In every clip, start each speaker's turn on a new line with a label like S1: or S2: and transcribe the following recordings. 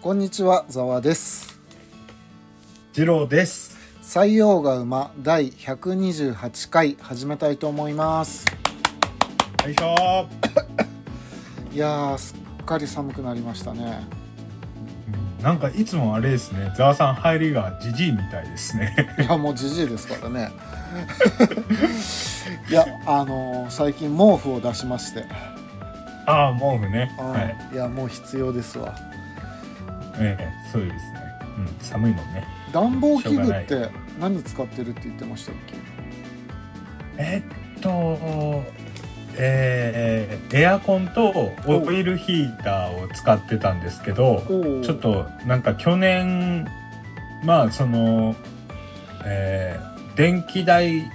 S1: こんにちは、ざわです。
S2: ジローです。
S1: 採用が馬第128回始めたいと思います。
S2: よいしょ
S1: いやー、すっかり寒くなりましたね。
S2: ー。なんかいつもあれですね、ザワさん入りがジジイみたいですね。
S1: いや、もうじじいですからね。 いや、あのー最近毛布を出しまして、
S2: ああ、毛布ね。
S1: うん
S2: はい。
S1: い、や、もう必要ですわ。
S2: ええそうですね。うん、寒いもんね。
S1: 暖房器
S2: しょう
S1: 具
S2: がな
S1: っ
S2: い
S1: て何使ってるって言ってましたっけ
S2: えっと、えーエアコンとオイルヒーターを使ってたんですけど、
S1: おお
S2: ちょっとなんか去年、まあその、えー電気代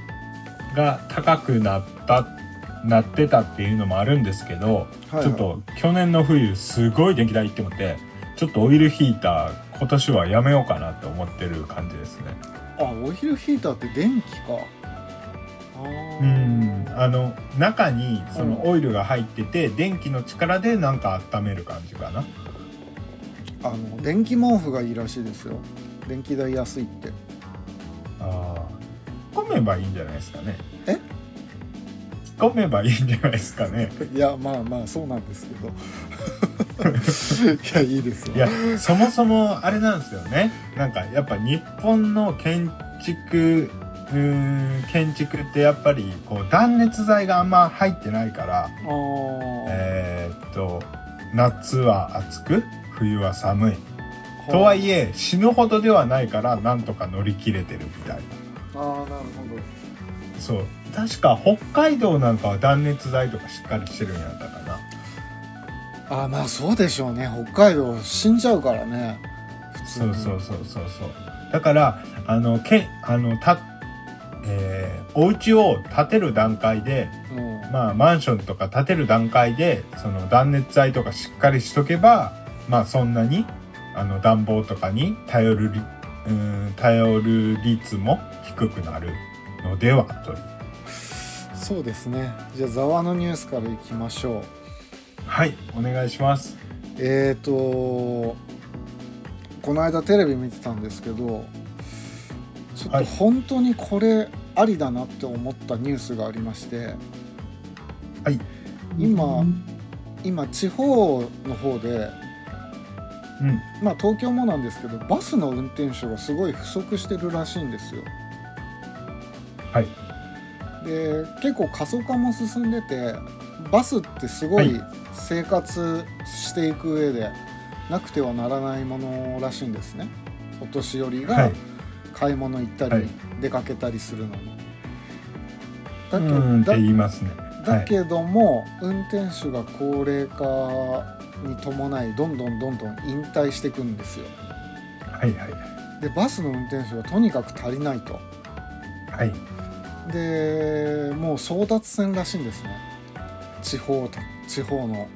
S2: が高くなった、なってたっていうのもあるんですけど、
S1: はいはい
S2: ちょっと去年の冬すごい電気代いってもってちょっとオイルヒーター今年はやめようかなと思ってる感じですね
S1: あオイルヒーターって電気かあー
S2: うんあの中にそ
S1: うん
S2: のオイルが入ってて、電気の力でなんか温める感じかな
S1: あの電気毛布がいいらしいですよ電気代安いって
S2: あー突っ込めばいいんじゃないですかね
S1: え
S2: 突っ込めばいいんじゃないですかね
S1: いやまあまあそうなんですけど いやいいですよ
S2: いやそもそもあれなんですよねなんかやっぱ日本の建築うーん建築ってやっぱりこう断熱材があんま入ってないから
S1: あー、
S2: えーっと夏は暑く冬は寒いとはいえ死ぬほどではないからなんとか乗り切れてるみたい
S1: あーなる
S2: なそう確か北海道なんかは断熱材とかしっかりしてるんやったかな
S1: ほどあーまあそうでしょうね北海道死んじゃうからね普通
S2: そう
S1: に
S2: そうそうそうそうだからあのけあのた、えー、お家を建てる段階で
S1: うん
S2: まあマンションとか建てる段階でその断熱材とかしっかりしとけばまあそんなにあの暖房とかに頼るりうーん頼る率も低くなるのではという
S1: そうですねじゃあざわのニュースからいきましょう
S2: はいお願いします
S1: えー、とこの間テレビ見てたんですけどちょっ
S2: は
S1: と
S2: い
S1: 本当にこれありだなって思ったニュースがありまして
S2: はい
S1: 今
S2: うん
S1: 今地方の方でまあ東京もなんですけどバスの運転手がすごい不足してるらしいんですよ。
S2: はい
S1: で結構過疎化も進んでてバスってすごい生活していく上でなくてはならないものらしいんですねお年寄り
S2: は
S1: が
S2: い
S1: 買い物行った
S2: は
S1: り
S2: い
S1: 出かけたりするのに。
S2: う
S1: だけ
S2: んって
S1: だ
S2: 言いますね
S1: だけども、運転手が高齢化に伴いどんどんどんどん引退していくんですよ
S2: はいはい
S1: でバスの運転手がとにかく足りないと
S2: はいはい
S1: でもう争奪戦らしいんですね地方と地方の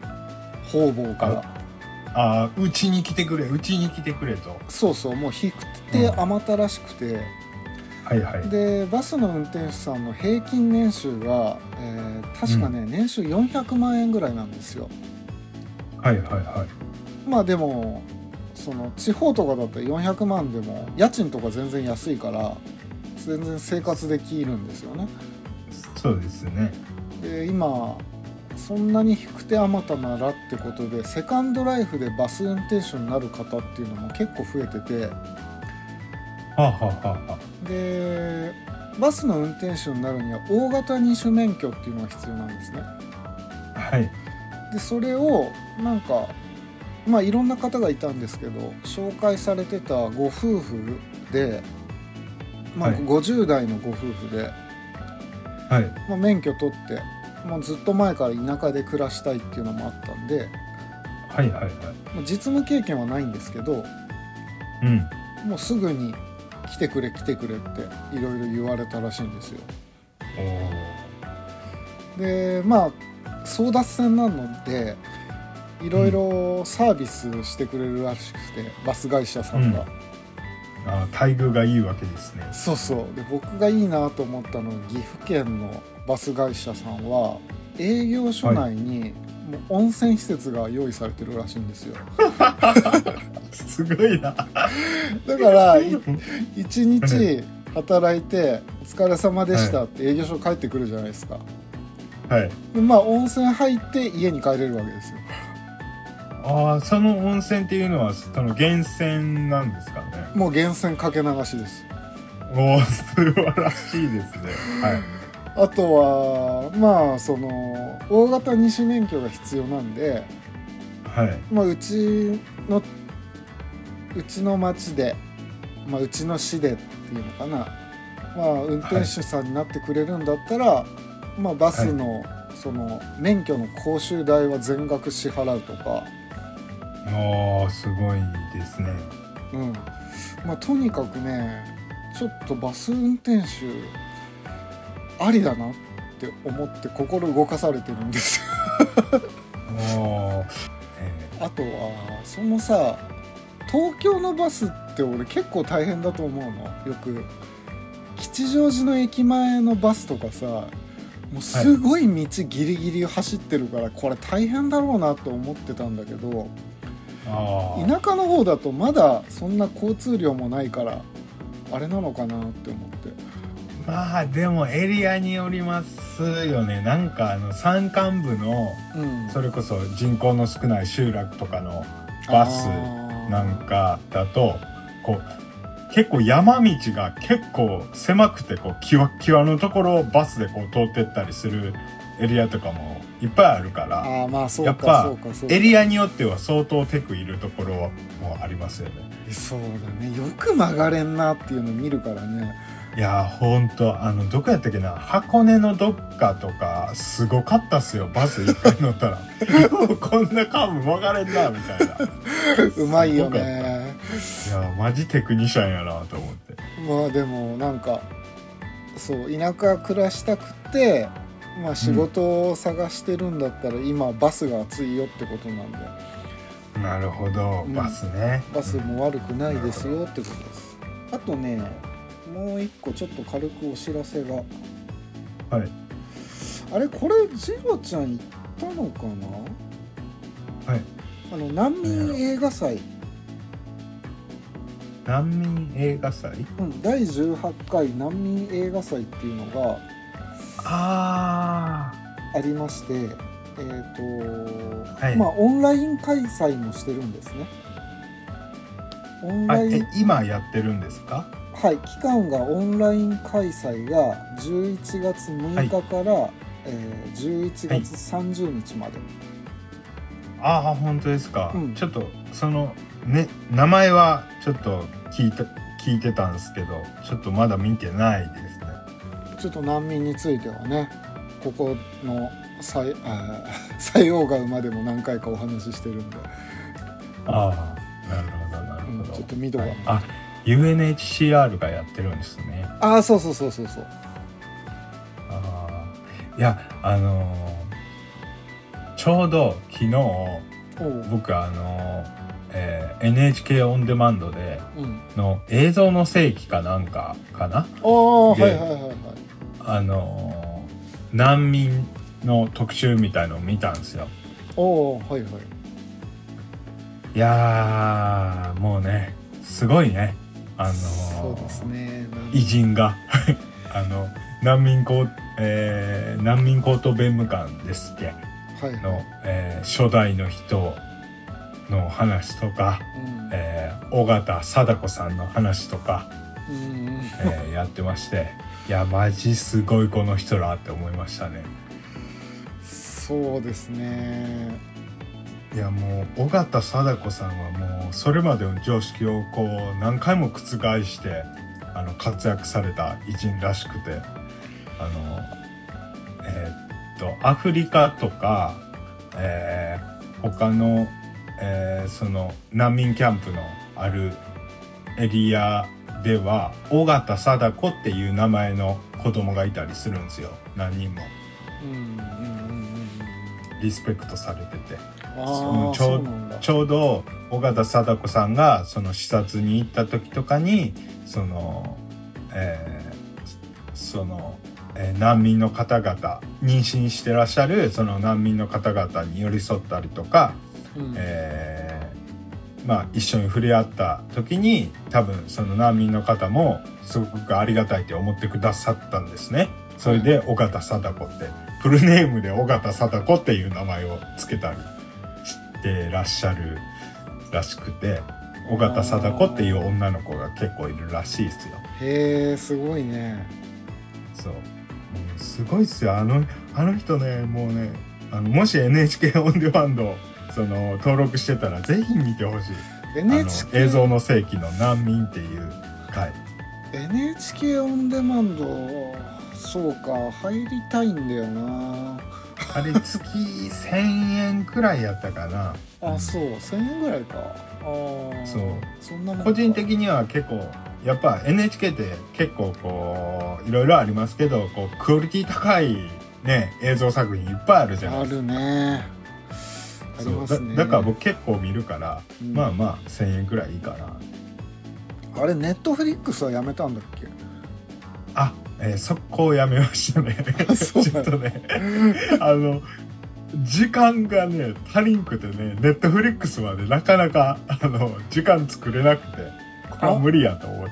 S1: 方々から
S2: ああうちに来てくれうちに来てくれと
S1: そうそうもう引く手
S2: うん
S1: 余ったらしくて、
S2: はいはい
S1: でバスの運転手さんの平均年収が、えー確かね、年収400万円ぐらいなんですよ
S2: はいはいはい
S1: まあでもその地方とかだったら400万でも家賃とか全然安いから全然生活できるんですよね
S2: そうですね
S1: で今そんなに引く手あまたならってことでセカンドライフでバス運転手になる方っていうのも結構増えてて
S2: はあ、はあはあは
S1: でバスの運転手になるには大型二種免許っていうのが必要なんですね
S2: あ、はい
S1: でそれをなんかまあいろんな方がいたんですけど紹介されてたご夫婦で、まあ、
S2: はい
S1: 50代のご夫婦で、
S2: はい
S1: まあ、免許取ってもうずっと前から田舎で暮らしたいっていうのもあったんで
S2: はいはいはい
S1: まあ実務経験はないんですけど
S2: うん
S1: もうすぐに来てくれ来てくれっていろいろ言われたらしいんですよ
S2: おー
S1: でまあ争奪戦なのでいろいろサービスしてくれるらしくて、バス会社さんが、
S2: あー待遇がいいわけですね
S1: そうそうで僕がいいなと思ったのは岐阜県のバス会社さんは営業所内にもう温泉施設が用意されてるらしいんですよ、
S2: すごいな。
S1: だ からい一日働いて「お疲れ様でした」って営業所帰ってくるじゃないですか
S2: はい。
S1: でまあ温泉入って家に帰れるわけですよ
S2: ああ、その温泉っていうのは、その源泉なんですかね。
S1: もう源泉かけ流しです
S2: おお、素晴らしいですね。はい。
S1: あとはまあその大型二種免許が必要なんで、
S2: はい。
S1: まあ、うちのうちの町で、まあ、うちの市でっていうのかな、まあ、運転手さんになってくれるんだったら、まあ、バスの、その免許の講習代は全額支払うとか、
S2: ああ、すごいですね。
S1: うんまあ、とにかくねちょっとバス運転手ありだなって思って心動かされてるんですよ
S2: おお。え
S1: あとはそのさ東京のバスって俺結構大変だと思うのよく吉祥寺の駅前のバスとかさもうすごい道ギリギリ走ってるから、これ大変だろうなと思ってたんだけど
S2: ー、ああ。
S1: 田舎の方だとまだそんな交通量もないからあれなのかなって思って
S2: まあ、でもエリアによりますよね。なんか、あの、山間部の、
S1: うん
S2: それこそ人口の少ない集落とかのバスなんかだとこう結構山道が結構狭くてこうキワッキワのところをバスでこう通ってったりするエリアとかもいっぱいあるか
S1: あ
S2: ら
S1: ーあーまあそう
S2: やっ
S1: か
S2: ぱ
S1: そうかそうか
S2: エリアによっては相当テクいるところもありますよね。
S1: そうだねよく曲がれんなっていうの見るからね
S2: いやーほんとあのどこやったっけな箱根のどっかとかすごかったっすよバス一回乗ったら ようこんなカーブ曲がれんなみたいな。
S1: うまいよ
S2: すごかった
S1: ね
S2: いやーマジテクニシャンやなと思って。
S1: まあでもなんかそう田舎暮らしたくてまあ仕事を探してるんだったら、今バスが暑いよってことなんで
S2: なるほど、
S1: うん
S2: バスね。
S1: バスも悪くないですよってことですあとねもう一個ちょっと軽くお知らせが
S2: うん。はい。
S1: あれこれジロちゃん行ったのかな
S2: はい
S1: あの難民映画祭、
S2: 難民映画祭
S1: うん、第18回難民映画祭っていうのが
S2: あ
S1: ありましてえっ、と、
S2: あ。はい。
S1: まあオンライン開催もしてるんですねオン
S2: あ
S1: ライ
S2: え
S1: ン
S2: 今やってるんですか
S1: はい期間がオンライン開催が11月6日から、えー11月30日まで、
S2: ああ、本当ですか。
S1: うん
S2: ちょっと、その、ね、名前はちょっと聞いた、聞いてたんですけど、ちょっとまだ見てないですね。
S1: ちょっと難民についてはねここの採あー 採用外までも何回かお話ししてるんで、
S2: ああ、なるほど、なる
S1: うん、ちょ
S2: ほ
S1: っと見ど
S2: ど。
S1: が、
S2: はいあ、UNHCR がやってるんですね。
S1: ああそうそうそうそうそう
S2: ああ。いや、あのーちょうど昨日、
S1: おう、
S2: 僕あの、えー NHK オンデマンドで
S1: うん、
S2: の映像の世紀かなんかかな
S1: ああはい
S2: で
S1: はいはいはい
S2: あのー難民の特集みたいのを見たんですよ
S1: おおはいはい
S2: いやーもうねすごいねあのー
S1: そうですねなん
S2: 偉人が あの難民高えー難民高等弁務官ですっけ
S1: はいはい、
S2: の、えー初代の人の話とか、
S1: うん
S2: えー、尾形貞子さんの話とか
S1: うんうん
S2: えーやってましていやマジすごいこの人らって思いましたね
S1: そうですね
S2: いやもう尾形貞子さんはもうそれまでの常識をこう何回も覆してあの活躍された偉人らしくてあのえーっとアフリカとか、えー他の、えーその難民キャンプのあるエリアでは尾形貞子っていう名前の子供がいたりするんですよ何人も
S1: うんうんうんうんうん
S2: リスペクトされてて。
S1: ああ
S2: ちょ
S1: そうなんだ
S2: ちょうど尾形貞子さんがその視察に行った時とかにその、えーその、えー難民の方々妊娠してらっしゃるその難民の方々に寄り添ったりとか、
S1: うん
S2: えまあ、一緒に触れ合った時に多分その難民の方もすごくありがたいって思ってくださったんですね。それで尾形貞子ってフルネームで尾形貞子っていう名前を付けたりしてらっしゃるらしくて尾形貞子っていう女の子が結構いるらしいですよ。
S1: へえすごいね
S2: そう、うんすごいっすよあのあの人ねもうねあのもし NHK オンデマンドその登録してたらぜひ見てほしい。あの
S1: NHK
S2: 映像の世紀の難民っていう回
S1: NHK オンデマンドそうか入りたいんだよな
S2: あれ月1000円くらいやったかな
S1: あそう1000円ぐらいかあー
S2: そう
S1: そんなもんか
S2: 個人的には結構やっぱ NHK って結構こういろいろありますけどこうクオリティ高いね映像作品いっぱいあるじゃない
S1: あ
S2: ですか
S1: るねあり
S2: そう
S1: ますね
S2: だだから僕結構見るから、
S1: うん
S2: まあまあ1000円くらいいいかな
S1: あれネットフリックスはやめたんだっ け
S2: あ、えー、速攻やめましたね
S1: あ
S2: ち ょ
S1: そうな
S2: っ
S1: の
S2: とねあの時間がね足りんくてねネットフリックスまでなかなかあの時間作れなくてこれは無理やと思って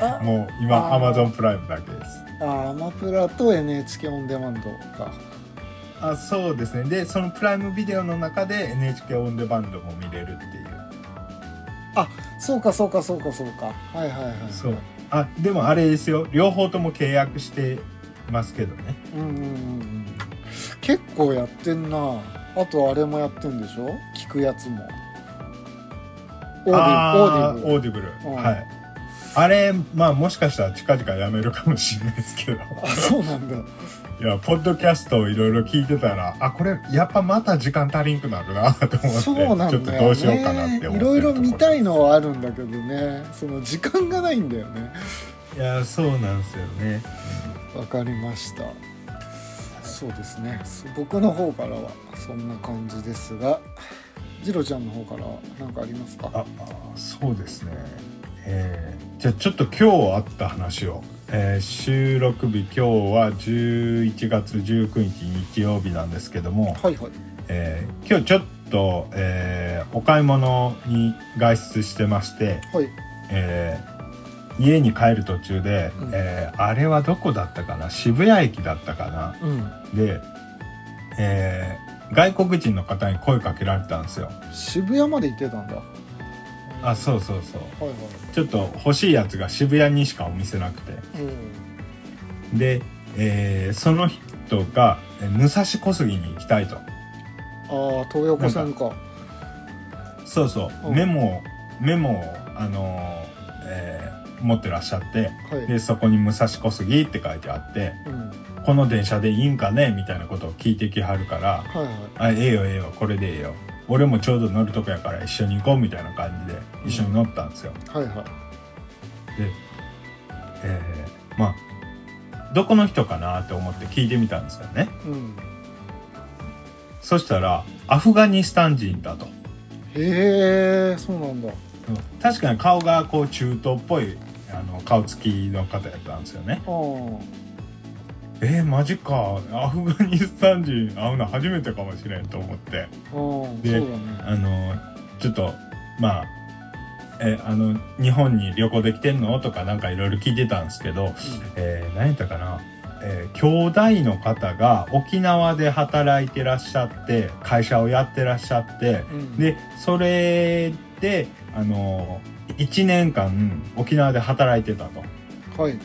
S1: あ
S2: もう今ア
S1: あ
S2: マ
S1: ー
S2: ゾンプライムだけです
S1: あアマプラと NHK オンデマンドか
S2: あそうですねでそのプライムビデオの中で NHK オンデマンドも見れるっていう
S1: そうかそうかそうかそうかはいはいはい
S2: そうあでもあれですよ両方とも契約してますけどね
S1: うんうんうんうん結構やってんなあとあれもやってんでしょ聞くやつもオーディ
S2: あ
S1: オーディ
S2: ー
S1: ブル
S2: オーディブル
S1: うん
S2: はいあれまあもしかしたら近々やめるかもしれないですけど
S1: あそうなんだ
S2: いやポッドキャストをいろいろ聞いてたらあこれやっぱまた時間足りんくなるな と思って
S1: そうなんだよ、ね、
S2: ちょっとどうしようかなって思ってる
S1: い
S2: とこ
S1: ろいろ見たい
S2: です
S1: のはあるんだけどねその時間がないんだよね
S2: いやそうなんですよね
S1: わかりましたそうですねそ僕の方からはそんな感じですがジロちゃんの方からは何かありますか
S2: ああそうですねえーじゃあちょっと今日あった話を、えー収録日今日は11月19日日曜日なんですけども、
S1: はいはい
S2: えー今日ちょっと、えーお買い物に外出してまして、
S1: はい
S2: えー家に帰る途中で、
S1: うん
S2: えーあれはどこだったかな渋谷駅だったかな
S1: うん
S2: で、えー外国人の方に声かけられたんですよ。
S1: 渋谷まで行ってたんだ
S2: あそうそうそう
S1: はいは
S2: ちょっと欲しいやつが渋谷にしかお店なくて
S1: いうん
S2: で、えーその人がえー武蔵小杉に行きたいと
S1: ああ東横線か
S2: そうそううんメモをメモを、あのーえー持ってらっしゃって
S1: はい
S2: でそこに「武蔵小杉」って書いてあって
S1: うん
S2: 「この電車でいいんかね?」みたいなことを聞いてきはるから
S1: はいはい
S2: 「あええよええよこれでええよ俺もちょうど乗るとこやから一緒に行こう」みたいな感じで一緒に乗ったんですよ。
S1: はいはい
S2: で、えーまあどこの人かなと思って聞いてみたんですよね。
S1: うん
S2: そしたらアフガニスタン人だと。
S1: へえそうなんだ
S2: 確かに顔がこう中東っぽいあの顔つきの方やったんですよね。
S1: ああ
S2: えー、マジかアフガニスタン人会うの初めてかもしれんと思って
S1: ああそう
S2: で
S1: だね
S2: あのちょっとまあえーあの日本に旅行できてんのとかなんかいろいろ聞いてたんですけど、えー、何やったかな、えー兄弟の方が沖縄で働いてらっしゃって会社をやってらっしゃって
S1: うん
S2: でそれであの1年間沖縄で働いてたと。
S1: はい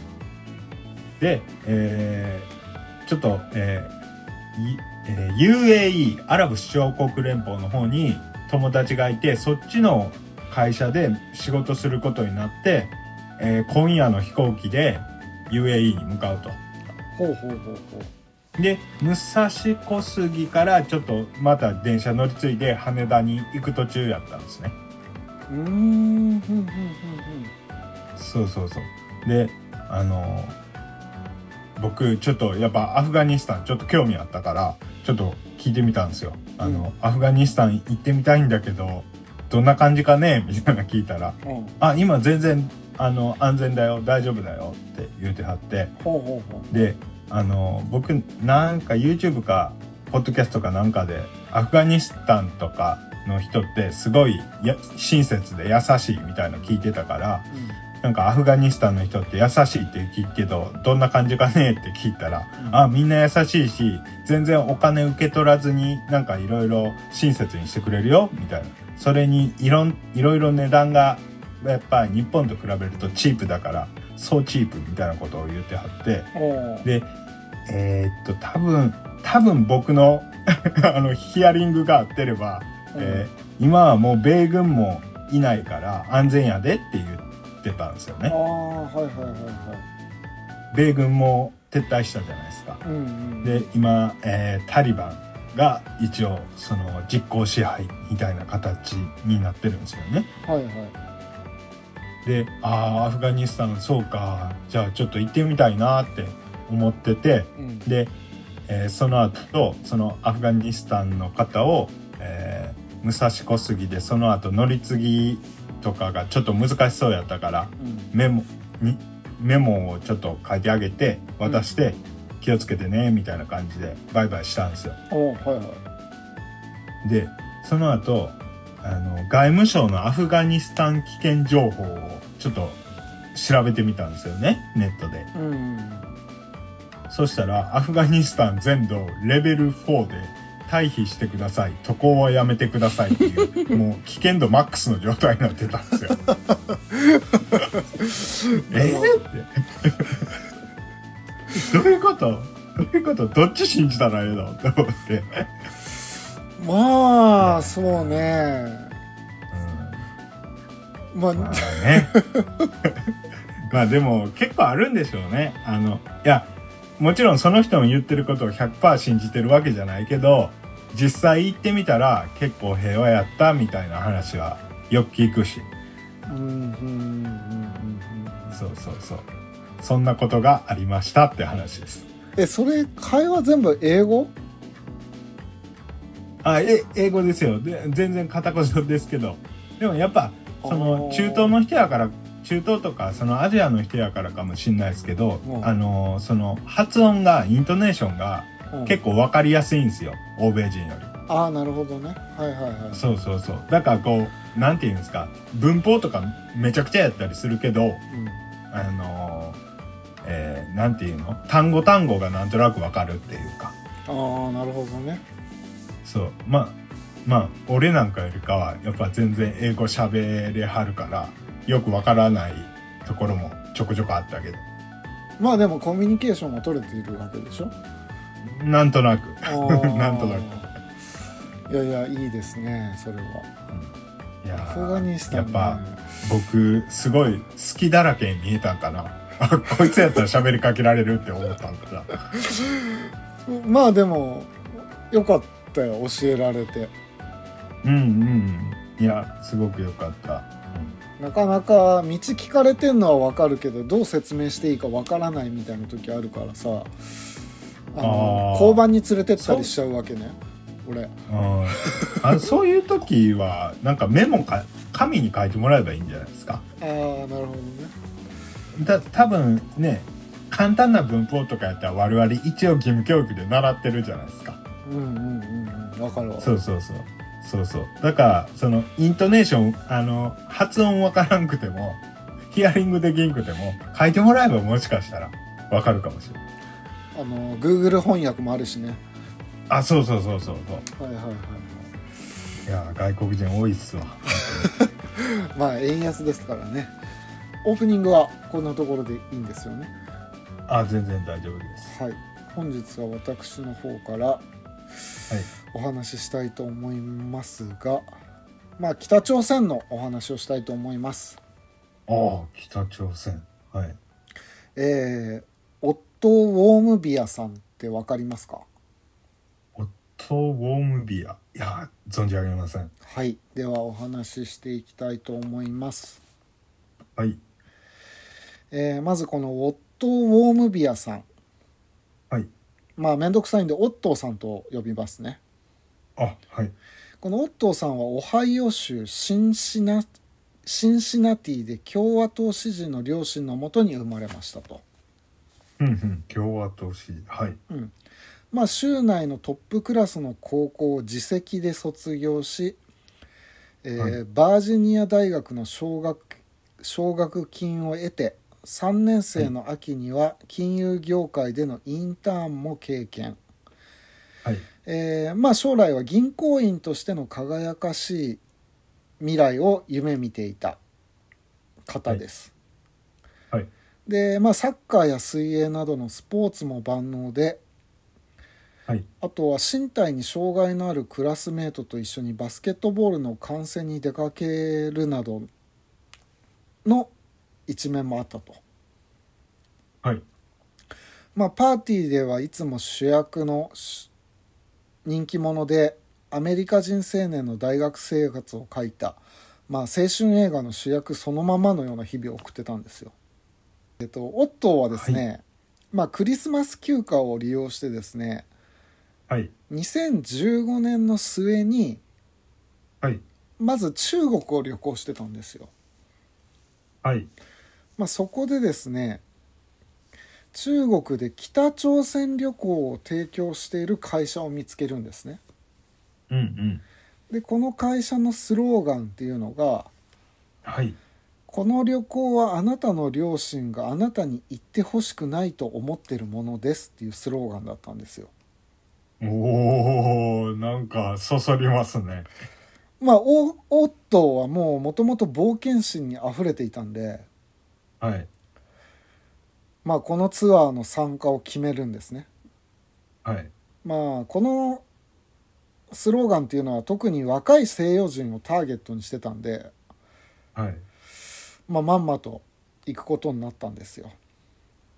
S2: で、えーちょっと、えーいえー UAE アラブ首長国連邦の方に友達がいてそっちの会社で仕事することになって、えー今夜の飛行機で UAE に向かうと。
S1: ほうほうほうほう
S2: で武蔵小杉からちょっとまた電車乗り継いで羽田に行く途中やったんですね。
S1: うーんふんふんふん
S2: そうそうそうであの僕ちょっとやっぱアフガニスタンちょっと興味あったからちょっと聞いてみたんですよあの、アフガニスタン行ってみたいんだけどどんな感じかね みたいな聞いたら
S1: ふんうん
S2: 「あ今全然あの安全だよ大丈夫だよ」って言うてはって
S1: ほうほうほ
S2: であの僕なんか YouTube かポッドキャストかなんかでアフガニスタンとかの人ってすごいや親切で優しいみたいなの聞いてたからなんかアフガニスタンの人って優しいって聞くけどどんな感じかねって聞いたら、
S1: うん
S2: あみんな優しいし全然お金受け取らずになんかいろいろ親切にしてくれるよみたいなそれにいろんいろいろ値段がやっぱ日本と比べるとチープだからそうチープみたいなことを言ってはって
S1: うんおー
S2: でえーっと多分多分僕の あのヒアリングが合ってれば、えー今はもう米軍もいないから安全やでって言ってたんですよ
S1: うんあ
S2: ね
S1: あはいはいはいは
S2: 米軍も撤退したじゃないですか
S1: いうんうん
S2: で今、えータリバンが一応その実効支配みたいな形になってるんですよね
S1: はいはい
S2: でああアフガニスタンそうかじゃあちょっと行ってみたいなって思ってて
S1: うん
S2: で、えーその後そのアフガニスタンの方を、えー武蔵小杉でその後乗り継ぎとかがちょっと難しそうやったから
S1: うん
S2: メモにメモをちょっと書いてあげて渡して、気をつけてねみたいな感じでバイバイしたんですよ。
S1: おーはいはい
S2: でその後あの外務省のアフガニスタン危険情報をちょっと調べてみたんですよねネットで。
S1: うんうん
S2: そしたら、アフガニスタン全土レベル4で退避してください。渡航はやめてくださいっていう、もう危険度マックスの状態になってたんですよ。えー、って。どういうことどういうことどっち信じたらええのって思って。
S1: まあそうねまあ、
S2: まあね。 まあでも結構あるんでしょうね。あの、いや、もちろんその人の言ってることを100%信じてるわけじゃないけど、実際行ってみたら結構平和やったみたいな話はよく聞くし。
S1: うんうんうんうんうん
S2: そうそうそう。そんなことがありましたって話です。
S1: えそれ会話全部英語
S2: あ、え、英語ですよ。で全然片言ですけど。でもやっぱ、その
S1: あー
S2: 中東の人やから、中東とかそのアジアの人やからかもしんないですけど、
S1: うん
S2: あのー、その発音が、イントネーションが
S1: うん
S2: 結構わかりやすいんですよ。欧米人より。
S1: ああなるほどねはいはいはい
S2: そうそうそう。だからこう、なんて言うんですか、文法とかめちゃくちゃやったりするけど、あのー、えーなんて言うの単語単語がなんとなくわかるっていうか。
S1: うん、ああなるほどね
S2: そうまあまあ俺なんかよりかはやっぱ全然英語喋れはるからよくわからないところもちょこちょこあったけど
S1: まあでもコミュニケーションが取れているわけでしょ
S2: なんとなく、
S1: あー
S2: なんとな
S1: くいやいやいいですねそれは
S2: うんいや
S1: ア
S2: ー
S1: フガニスタン、ね、
S2: やっぱ僕すごい好きだらけに見えたんかな あこいつやったら喋りかけられるって思ったんかな
S1: まあでもよかったよ教えられて
S2: うんうんうんいやすごくよかった、
S1: なかなか道聞かれてんのはわかるけどどう説明していいかわからないみたいな時あるからさあの
S2: あー
S1: 交番に連れてったりしちゃうわけね俺
S2: うん、あそういう時はなんかメモか紙に書いてもらえばいいんじゃないですか
S1: ああーなるほどね
S2: だ多分ね簡単な文法とかやったら我々一応義務教育で習ってるじゃないですか
S1: うんうんうんうんわかるわ
S2: そうそうそうそうそうだからそのイントネーションあの発音わからんくてもヒアリングできんくても書いてもらえばもしかしたらわかるかもしれない
S1: あの Google 翻訳もあるしね
S2: あそうそうそうそうそう
S1: はいはいはい
S2: いやー外国人多いっすわ
S1: はいまあ円安ですからねオープニングはこんなところでいいんですよね
S2: あ全然大丈夫です
S1: はい本日は私の方から
S2: はい
S1: お話ししたいと思いますがまあ北朝鮮のお話をしたいと思います
S2: ああ北朝鮮はい
S1: えー、オットー・ウォームビアさんってわかりますか
S2: オットー・ウォームビアいやー存じ上げません
S1: はいではお話ししていきたいと思います、
S2: はい
S1: えーまずこのオットー・ウォームビアさん
S2: はい
S1: まあ面倒くさいんでオットーさんと呼びますね
S2: あはい
S1: このオットーさんはオハイオ州シンシナシンシナティで共和党支持の両親のもとに生まれましたと
S2: うんうん共和党支持はい
S1: まあ、州内のトップクラスの高校を自席で卒業しえー
S2: は
S1: バージニア大学の奨学奨学金を得て3年生の秋には金融業界でのインターンも経験、
S2: はい。
S1: えーまあ、将来は銀行員としての輝かしい未来を夢見ていた方です、
S2: はい。
S1: で、まあ、サッカーや水泳などのスポーツも万能で
S2: はい。
S1: あとは身体に障害のあるクラスメートと一緒にバスケットボールの観戦に出かけるなどの一面もあったと。
S2: はい。
S1: まあ、パーティーではいつも主役のし人気者でアメリカ人青年の大学生活を描いた、まあ、青春映画の主役そのままのような日々を送ってたんですよ。えっと、オットーはですね、まあ、クリスマス休暇を利用してですね
S2: はい。
S1: 2015年の末に
S2: はい。
S1: まず中国を旅行してたんですよ。
S2: はい。
S1: まあ、そこでですね中国で北朝鮮旅行を提供している会社を見つけるんですね
S2: うんうん。
S1: でこの会社のスローガンっていうのが
S2: はい。
S1: 「この旅行はあなたの両親があなたに行ってほしくないと思ってるものです」っていうスローガンだったんですよ
S2: おー、なんか、そそりますね。
S1: まあオオットーはもうもともと冒険心にあふれていたんで、
S2: はい。
S1: まあ、このツアーの参加を決めるんですね
S2: はい。
S1: まあこのスローガンっていうのは特に若い西洋人をターゲットにしてたんで、
S2: はい。
S1: まあ、まんまと行くことになったんですよ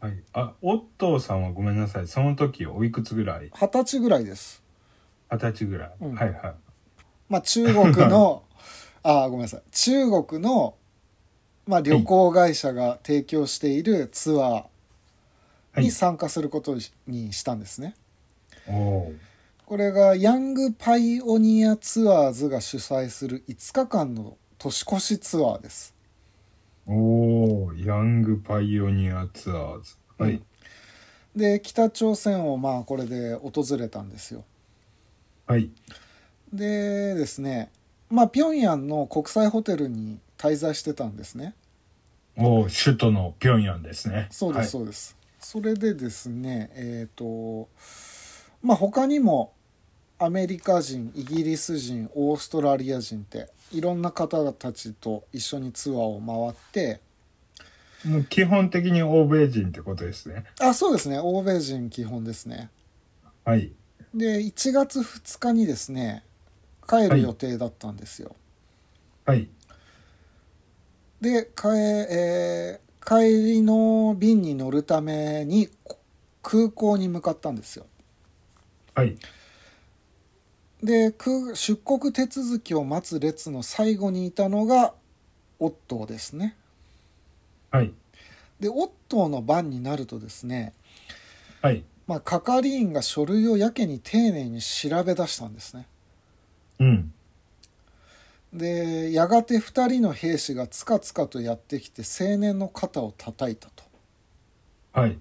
S2: はい。あ、オットーさんはごめんなさい。その時、おいくつぐらい
S1: 二十歳ぐらいです、
S2: 二十歳ぐらい。
S1: うん
S2: はいはい。
S1: まあ、中国 のあーごめんなさい中国の、まあ、旅行会社が提供しているツアー
S2: はい
S1: に参加することにしたんですね、
S2: おー。
S1: これがヤングパイオニアツアーズが主催する5日間の年越しツアーです
S2: おー、ヤングパイオニアツアーズ。はい。
S1: で北朝鮮をまあこれで訪れたんですよ
S2: はい。
S1: でですねまあ平壌の国際ホテルに滞在してたんですね
S2: おー、首都の平壌ですね。
S1: そうですそうです、それでですねえっ、とまあ他にもアメリカ人イギリス人オーストラリア人っていろんな方たちと一緒にツアーを回って
S2: はい。もう基本的に欧米人ってことですね。
S1: あそうですね欧米人基本ですね
S2: はい。
S1: で1月2日にですね帰る予定だったんですよ、
S2: はい。
S1: で帰,、えー帰りの便に乗るためにこ空港に向かったんですよ
S2: はい。
S1: で空出国手続きを待つ列の最後にいたのがオットーですね
S2: はい。
S1: でオットーの番になるとですね、
S2: はい。
S1: まあ、係員が書類をやけに丁寧に調べ出したんですね
S2: うん。
S1: でやがて2人の兵士がつかつかとやってきて青年の肩を叩いたと
S2: はい。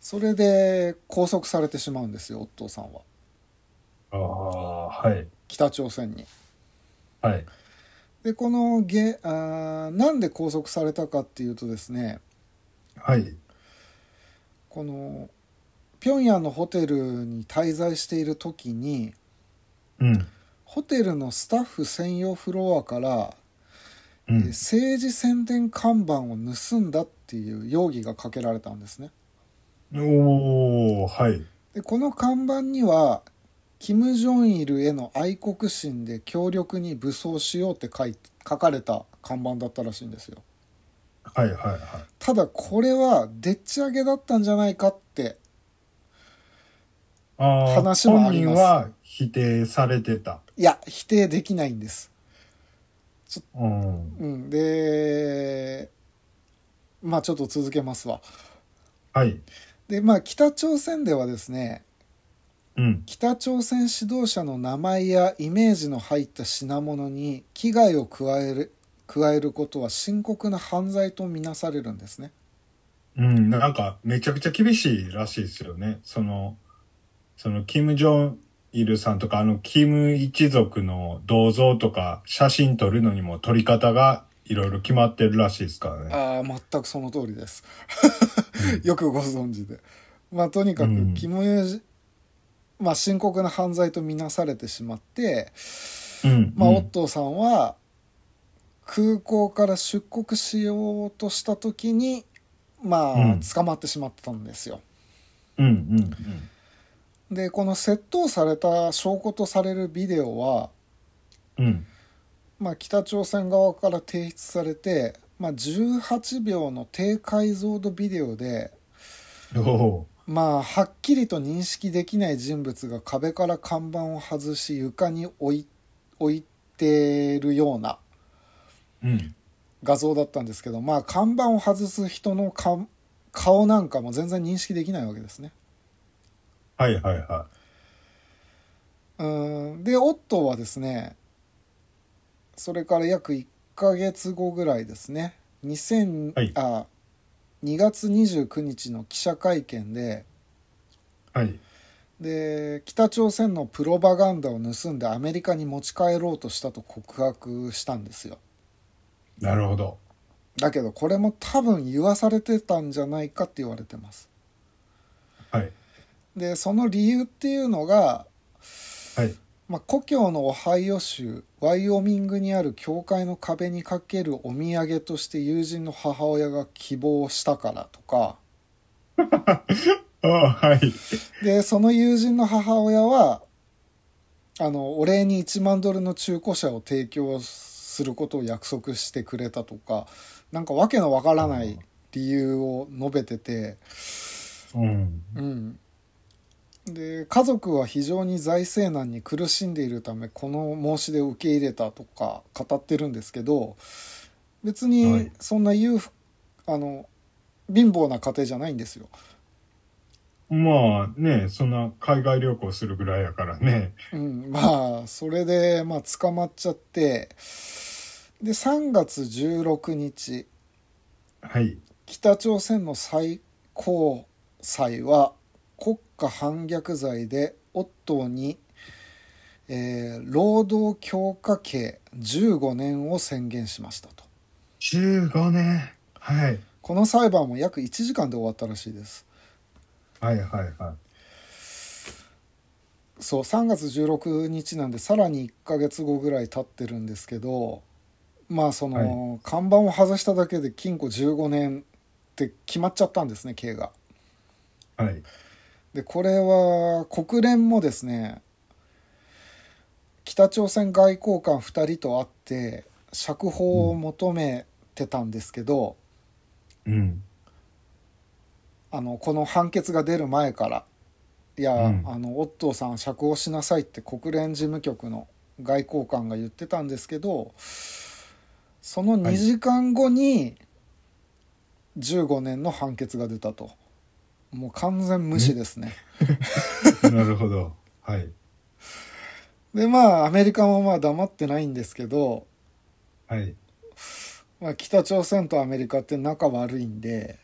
S1: それで拘束されてしまうんですよオットーさんは
S2: ああ、はい。
S1: 北朝鮮に
S2: はい。
S1: でこのげあーなんで拘束されたかっていうとですね
S2: はい。
S1: この平壌のホテルに滞在している時に
S2: うん。
S1: ホテルのスタッフ専用フロアから、
S2: う
S1: えー
S2: ん。
S1: 政治宣伝看板を盗んだっていう容疑がかけられたんですね
S2: おおはい。
S1: でこの看板には金正日への愛国心で強力に武装しようって書い書かれた看板だったらしいんですよ
S2: はいはいは
S1: ただこれはでっち上げだったんじゃないかって
S2: い。ああ、
S1: 話もあります
S2: 本人は否定されてた。
S1: いや否定できないんです、
S2: うん。
S1: うん、でまあちょっと続けますわ
S2: はい。
S1: でまあ北朝鮮ではですね
S2: うん。
S1: 北朝鮮指導者の名前やイメージの入った品物に危害を加える加えることは深刻な犯罪とみなされるんですね
S2: うん。なんか、めちゃくちゃ厳しいらしいですよね。その、その、キム・ジョンイルさんとか、あの、キム一族の銅像とか、写真撮るのにも撮り方がいろいろ決まってるらしいですからね。
S1: ああ全くその通りです よくご存知でまあとにか
S2: うん
S1: くキム・ユージ、まあ深刻な犯罪とみなされてしまって、
S2: うん。
S1: まあ、
S2: うん
S1: オットーさんは空港から出国しようとした時にまあ、
S2: うん
S1: 捕まってしまったんですよ
S2: うんうん
S1: でこの窃盗された証拠とされるビデオは、
S2: うん。うん。
S1: まあ、北朝鮮側から提出されて、まあ、18秒の低解像度ビデオで
S2: おお
S1: まあはっきりと認識できない人物が壁から看板を外し床に置い置いてるような
S2: ー。うん。
S1: 画像だったんですけどまあ看板を外す人のか顔なんかも全然認識できないわけですね。
S2: はいはいは
S1: うんでオットーはですねそれから約1ヶ月後ぐらいですね2000、
S2: はい
S1: あ2月29日の記者会見で
S2: い。はい。
S1: で北朝鮮のプロパガンダを盗んでアメリカに持ち帰ろうとしたと告白したんですよ
S2: なるほど。
S1: だけどこれも多分言わされてたんじゃないかって言われてます
S2: はい。
S1: でその理由っていうのが、
S2: はい。
S1: まあ、故郷のオハイオ州ワイオミングにある教会の壁にかけるお土産として友人の母親が希望したからとか
S2: ああ、はい。
S1: でその友人の母親はあのお礼に1万ドルの中古車を提供することを約束してくれたとかなんかわけのわからない理由を述べてて、
S2: うん。
S1: うん、で家族は非常に財政難に苦しんでいるためこの申し出を受け入れたとか語ってるんですけど別
S2: は
S1: に
S2: い
S1: そんな裕福あの貧乏な家庭じゃないんですよ。
S2: まあね、そんな海外旅行するぐらいやからね。
S1: うん、まあそれで、まあ、捕まっちゃってで3月16日
S2: はい。
S1: 北朝鮮の最高裁は国家反逆罪でオットーに、えー労働強化刑15年を宣言しましたと
S2: 15年。はい。
S1: この裁判も約1時間で終わったらしいです
S2: はいはいは
S1: そう3月16日なんでさらに1ヶ月後ぐらい経ってるんですけどまあその、看板を外しただけで禁錮15年って決まっちゃったんですね刑が。
S2: い。はい。
S1: でこれは国連もですね北朝鮮外交官2人と会って釈放を求めてたんですけど、
S2: うん。
S1: あのこの判決が出る前からいや、
S2: うん
S1: あのオットーさん釈放しなさいって国連事務局の外交官が言ってたんですけどその
S2: は
S1: 2
S2: い
S1: 時間後に15年の判決が出たともう完全無視ですね。
S2: なるほど。はい。
S1: でまあアメリカもまあ黙ってないんですけど、
S2: はい。
S1: まあ、北朝鮮とアメリカって仲悪いんで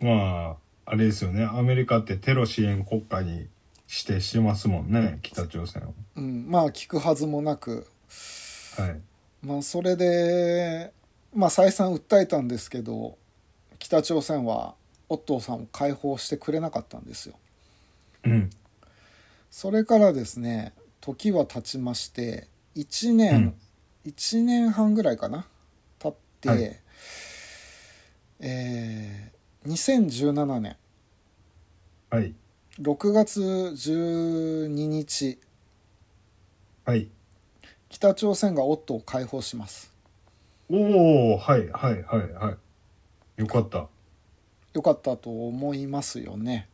S2: まあ、あれですよね。アメリカってテロ支援国家に指定してますもんね。北朝鮮を。
S1: うん、まあ聞くはずもなく、
S2: はい。
S1: まあ、それで、まあ、再三訴えたんですけど北朝鮮はオットーさんを解放してくれなかったんですよ。
S2: うん。
S1: それからですね時は経ちまして1年、1年半ぐらいかな経って、
S2: はい
S1: えー2017年
S2: はい。
S1: 6月12日
S2: はい。
S1: 北朝鮮がオットーを解放します
S2: おおはいはいはいはい。よかった。
S1: よかったと思いますよね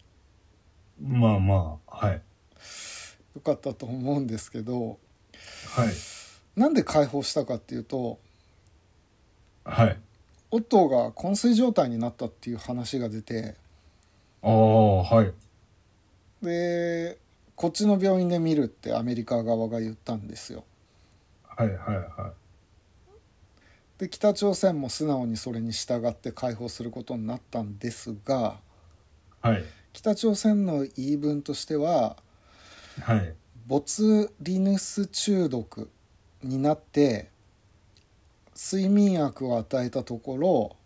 S2: まあまあ、はい。
S1: よかったと思うんですけど
S2: はい。
S1: なんで解放したかっていうと
S2: はい。
S1: オットーが昏睡状態になったっていう話が出て
S2: ああ、はい。
S1: でこっちの病院で見るってアメリカ側が言ったんですよ
S2: はいはいは
S1: で北朝鮮も素直にそれに従って解放することになったんですが
S2: い。はい。
S1: 北朝鮮の言い分としては
S2: はい。
S1: ボツリヌス中毒になって睡眠薬を与えたところ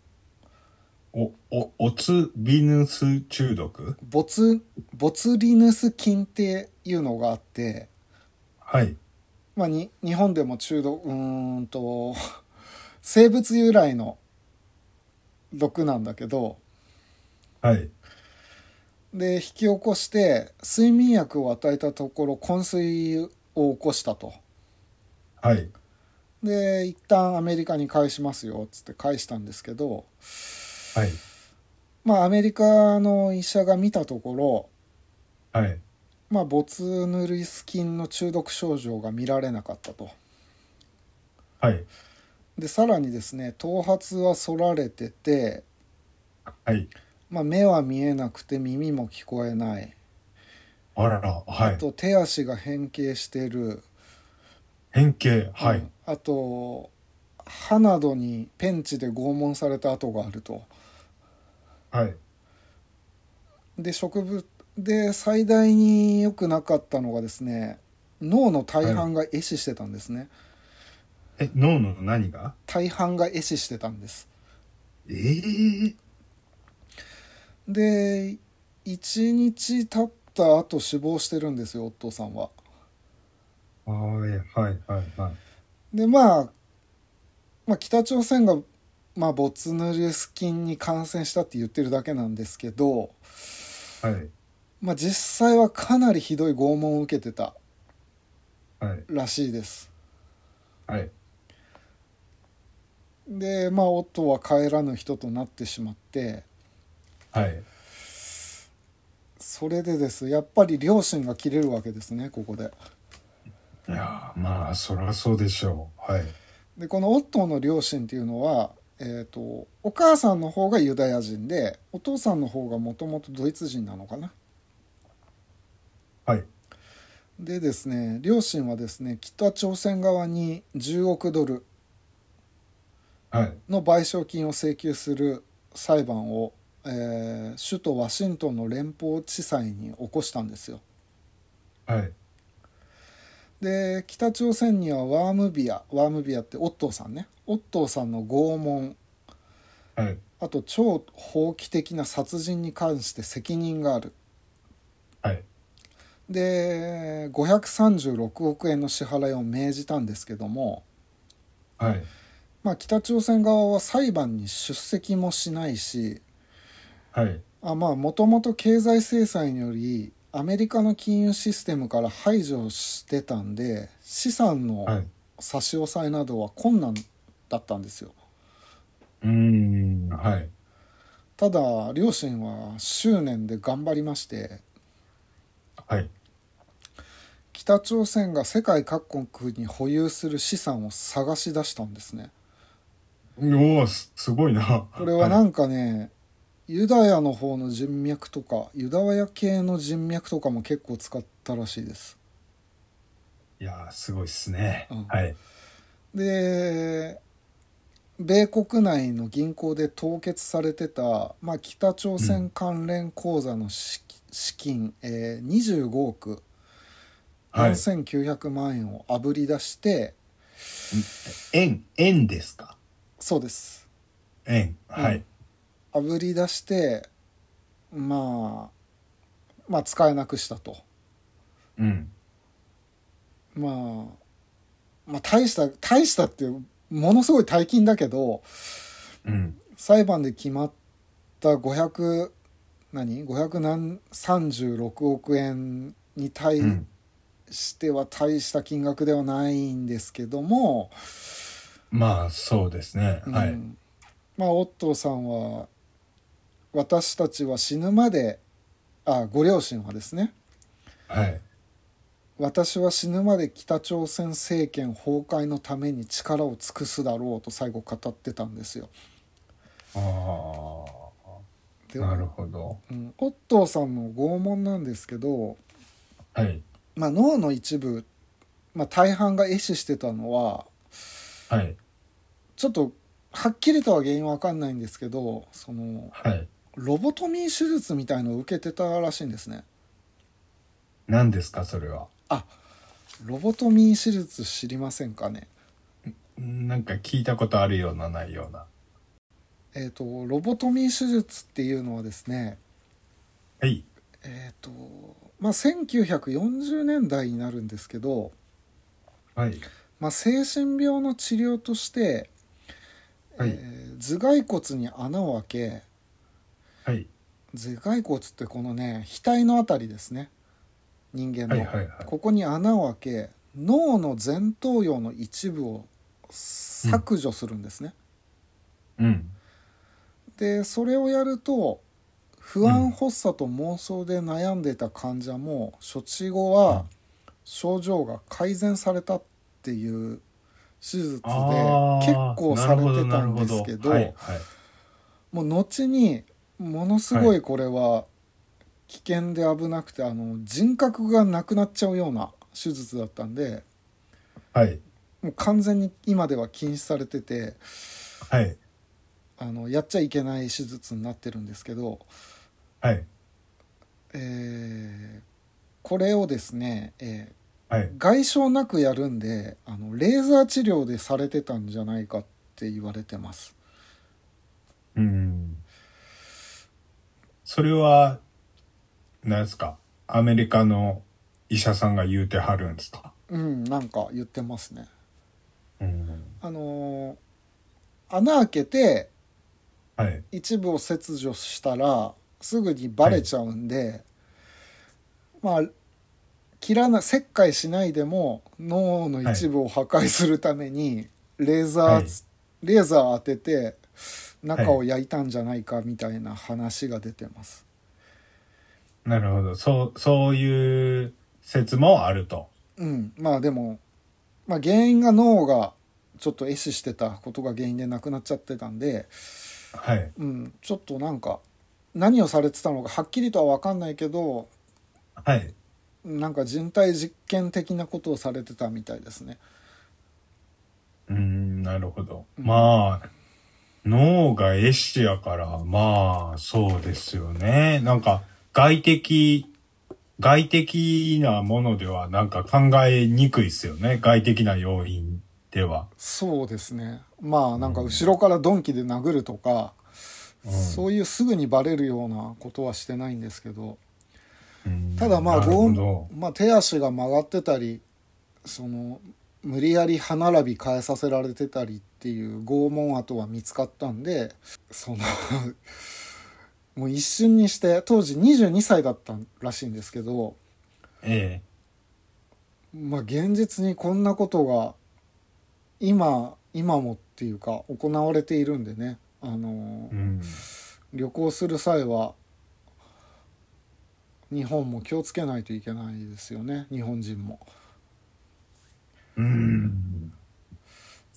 S2: お、お、おつビヌス中毒
S1: ボツボツリヌス菌っていうのがあって、
S2: はい。
S1: まあ、に日本でも中毒うーんと 生物由来の毒なんだけど
S2: はい。
S1: で引き起こして睡眠薬を与えたところ昏睡を起こしたと。
S2: はい。
S1: で一旦アメリカに返しますよっつって返したんですけど
S2: はい。
S1: まあアメリカの医者が見たところ
S2: はい。
S1: まあボツヌリス菌の中毒症状が見られなかったと
S2: はい。
S1: でさらにですね頭髪は剃られてて、
S2: はい。
S1: まあ、目は見えなくて耳も聞こえない、
S2: あらら。は
S1: あ
S2: い。
S1: と手足が変形してる、
S2: 変形。は
S1: う
S2: い
S1: ん。あと歯などにペンチで拷問された跡があると
S2: はい。
S1: で植物で最大に良くなかったのがですね脳の大半が壊死してたんですね、
S2: え、脳の何が
S1: 大半が壊死してたんです
S2: ええ
S1: で1日経った後死亡してるんですよお父さんは
S2: はい。はい。はい。はい。
S1: でまあまあ北朝鮮が、まあ、ボツヌリス菌に感染したって言ってるだけなんですけど、
S2: はい。
S1: まあ、実際はかなりひどい拷問を受けてた
S2: はい。
S1: らしいです
S2: はい。
S1: でまあ夫は帰らぬ人となってしまって
S2: はい。
S1: それでですやっぱり両親が切れるわけですねここで
S2: いやーまあ、そらそうでしょう。はい。
S1: でこのオットーの両親っていうのは、えー、とお母さんの方がユダヤ人でお父さんの方がもともとドイツ人なのかな
S2: はい。
S1: でですね両親はですね北朝鮮側に10億ドル
S2: はい。
S1: の賠償金を請求する裁判を、えー首都ワシントンの連邦地裁に起こしたんですよ
S2: はい。
S1: で北朝鮮にはワームビアワームビアってオットーさんねオットーさんの拷問
S2: はい。
S1: あと超法規的な殺人に関して責任がある
S2: はい。
S1: で536億円の支払いを命じたんですけども、
S2: はい。
S1: まあ、北朝鮮側は裁判に出席もしないし
S2: はい。
S1: あまあもともと経済制裁によりアメリカの金融システムから排除してたんで資産の
S2: はい。
S1: 差し押さえなどは困難だったんですよ
S2: うーん。はい。
S1: ただ両親は執念で頑張りまして
S2: はい。
S1: 北朝鮮が世界各国に保有する資産を探し出したんですね
S2: おおすすごいな。
S1: これはなんかね、ユダヤの方の人脈とかユダヤ系の人脈とかも結構使ったらしいです
S2: いやーすごいっすね。
S1: うん
S2: はい。
S1: で米国内の銀行で凍結されてた、まあ、北朝鮮関連口座の資資金、えー25億
S2: はい。
S1: 4900万円をあぶり出して、
S2: 円、円ですか
S1: そうです
S2: 円。はい。
S1: あぶり出してまあまあ使えなくしたと
S2: うん。
S1: まあまあ大した大したっていうものすごい大金だけど
S2: うん。
S1: 裁判で決まった500何536億円に対
S2: うん。
S1: しては大した金額ではないんですけども、
S2: まあ、そうですね。
S1: うん
S2: はい。
S1: まあオットーさんは私たちは死ぬまであご両親はですね
S2: はい。
S1: 私は死ぬまで北朝鮮政権崩壊のために力を尽くすだろうと最後語ってたんですよ。
S2: あ
S1: で
S2: あ、なるほど。
S1: うん、オットーさんの拷問なんですけど、
S2: はい。
S1: まあ、脳の一部、まあ、大半が壊死してたのは
S2: はい。
S1: ちょっとはっきりとは原因わかんないんですけどその
S2: はい。
S1: ロボトミー手術みたいのを受けてたらしいんですね。
S2: う何ですか、それは。
S1: あロボトミー手術知りませんかね
S2: なんか聞いたことあるような、ないような。
S1: えっ、とロボトミー手術っていうのはですね
S2: はい。
S1: えっ、とまあ1940年代になるんですけど、
S2: はい。
S1: まあ、精神病の治療として、
S2: はい
S1: えー頭蓋骨に穴を開け
S2: はい。
S1: 頭蓋骨ってこのね額のあたりですね人間の、
S2: はい。はい。はい。
S1: ここに穴を開け脳の前頭葉の一部を削除するんですね、
S2: うん。
S1: でそれをやると不安発作と妄想で悩んでいた患者も処置後は症状が改善されたっていう手術で結
S2: あー
S1: 構されてたんです
S2: な
S1: け
S2: るほ
S1: ど
S2: なるほはい。はい。
S1: もう後にものすごいこれは危険で危なくてあの人格がなくなっちゃうような手術だったんで
S2: はい。
S1: もう完全に今では禁止されてて
S2: はい。
S1: あのやっちゃいけない手術になってるんですけど。
S2: はい。
S1: えーこれをですね、え
S2: はい
S1: ー。外傷なくやるんであのレーザー治療でされてたんじゃないかって言われてます
S2: うん。それは、何ですかアメリカの医者さんが言うてはるんですか
S1: うんなんか言ってますね
S2: うん。
S1: あのー穴開けて
S2: はい。
S1: 一部を切除したらすぐにバレちゃうんで、まあ切らな切開しないでも脳の一部を破壊するためにレーザー、
S2: はい
S1: レーザー当てて中を焼いたんじゃないかみたいな話が出てます、
S2: なるほど。そう、そういう説もあると。
S1: うんまあでも、まあ、原因が脳がちょっと壊死してたことが原因で亡くなっちゃってたんで、
S2: はい。
S1: うん、ちょっとなんか何をされてたのかはっきりとは分かんないけど
S2: はい。
S1: なんか人体実験的なことをされてたみたいですね。
S2: うん、なるほど。
S1: うん
S2: まあ、脳がエ死やから、まあ、そうですよね。なんか、外的、外的なものでは、なんか考えにくいですよね。外的な要因では。
S1: そうですね。まあなんか後ろから鈍器で殴るとか、
S2: うん
S1: そういうすぐにバレるようなことはしてないんですけど、
S2: うん
S1: ただまあ
S2: なるほ
S1: ゴ
S2: ど
S1: ン、まあ手足が曲がってたり、その無理やり歯並び変えさせられてたりっていう拷問跡は見つかったんで、その もう一瞬にして当時22歳だったらしいんですけど、
S2: え
S1: まあ現実にこんなことが今今もっていうか行われているんでねあの
S2: え。うん。
S1: 旅行する際は日本も気をつけないといけないですよね日本人も。
S2: うん。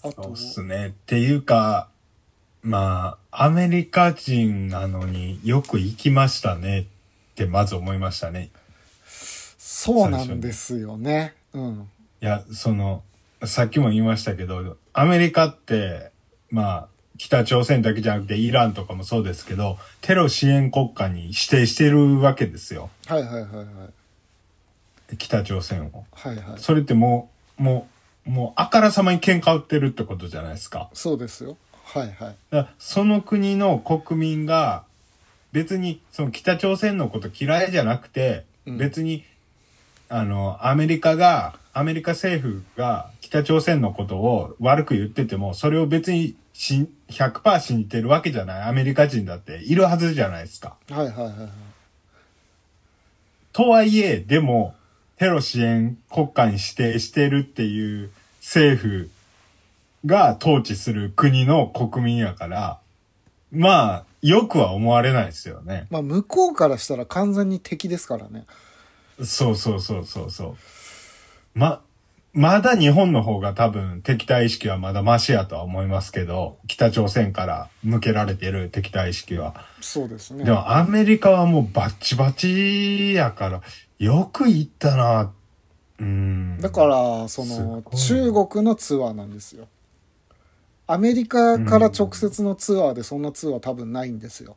S1: あ
S2: そう
S1: と
S2: っすね。っていうか、まあ、アメリカ人なのによく行きましたねってまず思いましたね。
S1: そうなんですよね。うん、
S2: いや、その、さっきも言いましたけど、アメリカって、まあ、北朝鮮だけじゃなくてイランとかもそうですけど、テロ支援国家に指定してるわけですよ。
S1: はいはいはいはい
S2: 北朝鮮を。
S1: はいはい
S2: それってもう、もう、もうあからさまに喧嘩売ってるってことじゃないですか。
S1: そうですよはいはい
S2: だからその国の国民が別にその北朝鮮のこと嫌いじゃなくて、
S1: うん
S2: 別にあのアメリカがアメリカ政府が北朝鮮のことを悪く言っててもそれを別にしん100%信じてるわけじゃないアメリカ人だっているはずじゃないですか。
S1: はいはいはいはい
S2: とはいえでもテロ支援国家に指定してるっていう政府が統治する国の国民やからまあよくは思われないですよね。
S1: まあ向こうからしたら完全に敵ですからね
S2: そうそうそうそうそう。ま、まだ日本の方が多分敵対意識はまだマシやとは思いますけど、北朝鮮から向けられてる敵対意識は。
S1: そうですね
S2: でもアメリカはもうバッチバチやから、よく行ったな。うん。
S1: だからそ
S2: すご
S1: の
S2: い
S1: 中国のツアーなんですよアメリカから直接のツアーでそんなツアー多分ないんですよ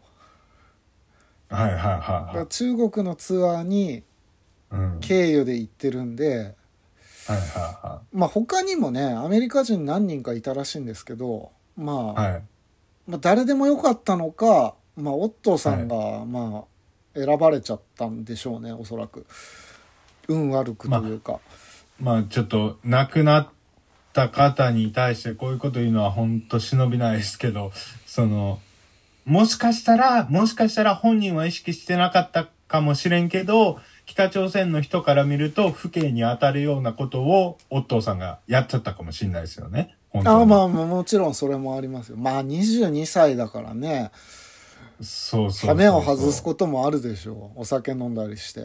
S2: はい
S1: だ
S2: はいはい
S1: か
S2: は
S1: ら
S2: い。
S1: 中国のツアーに
S2: うん。はい
S1: 経由で行ってるんで、
S2: はいは
S1: まあ他にもね、アメリカ人何人かいたらしいんですけど、まあ、
S2: い。はい。
S1: まあ、誰でもよかったのか、まあ、オットーさんが、まあ、選ばれちゃったんでしょうねおそらく運悪くというか、
S2: まあちょっと亡くなった方に対してこういうこと言うのは本当忍びないですけど、その、もしかしたら、もしかしたら本人は意識してなかったかもしれんけど、北朝鮮の人から見ると不敬に当たるようなことを、オットーさんがやっちゃったかもしれないですよね。本当に
S1: あまあまあもちろんそれもありますよまあ22歳だからね
S2: そうそうそうそう
S1: 羽目を外すこともあるでしょうお酒飲んだりして
S2: い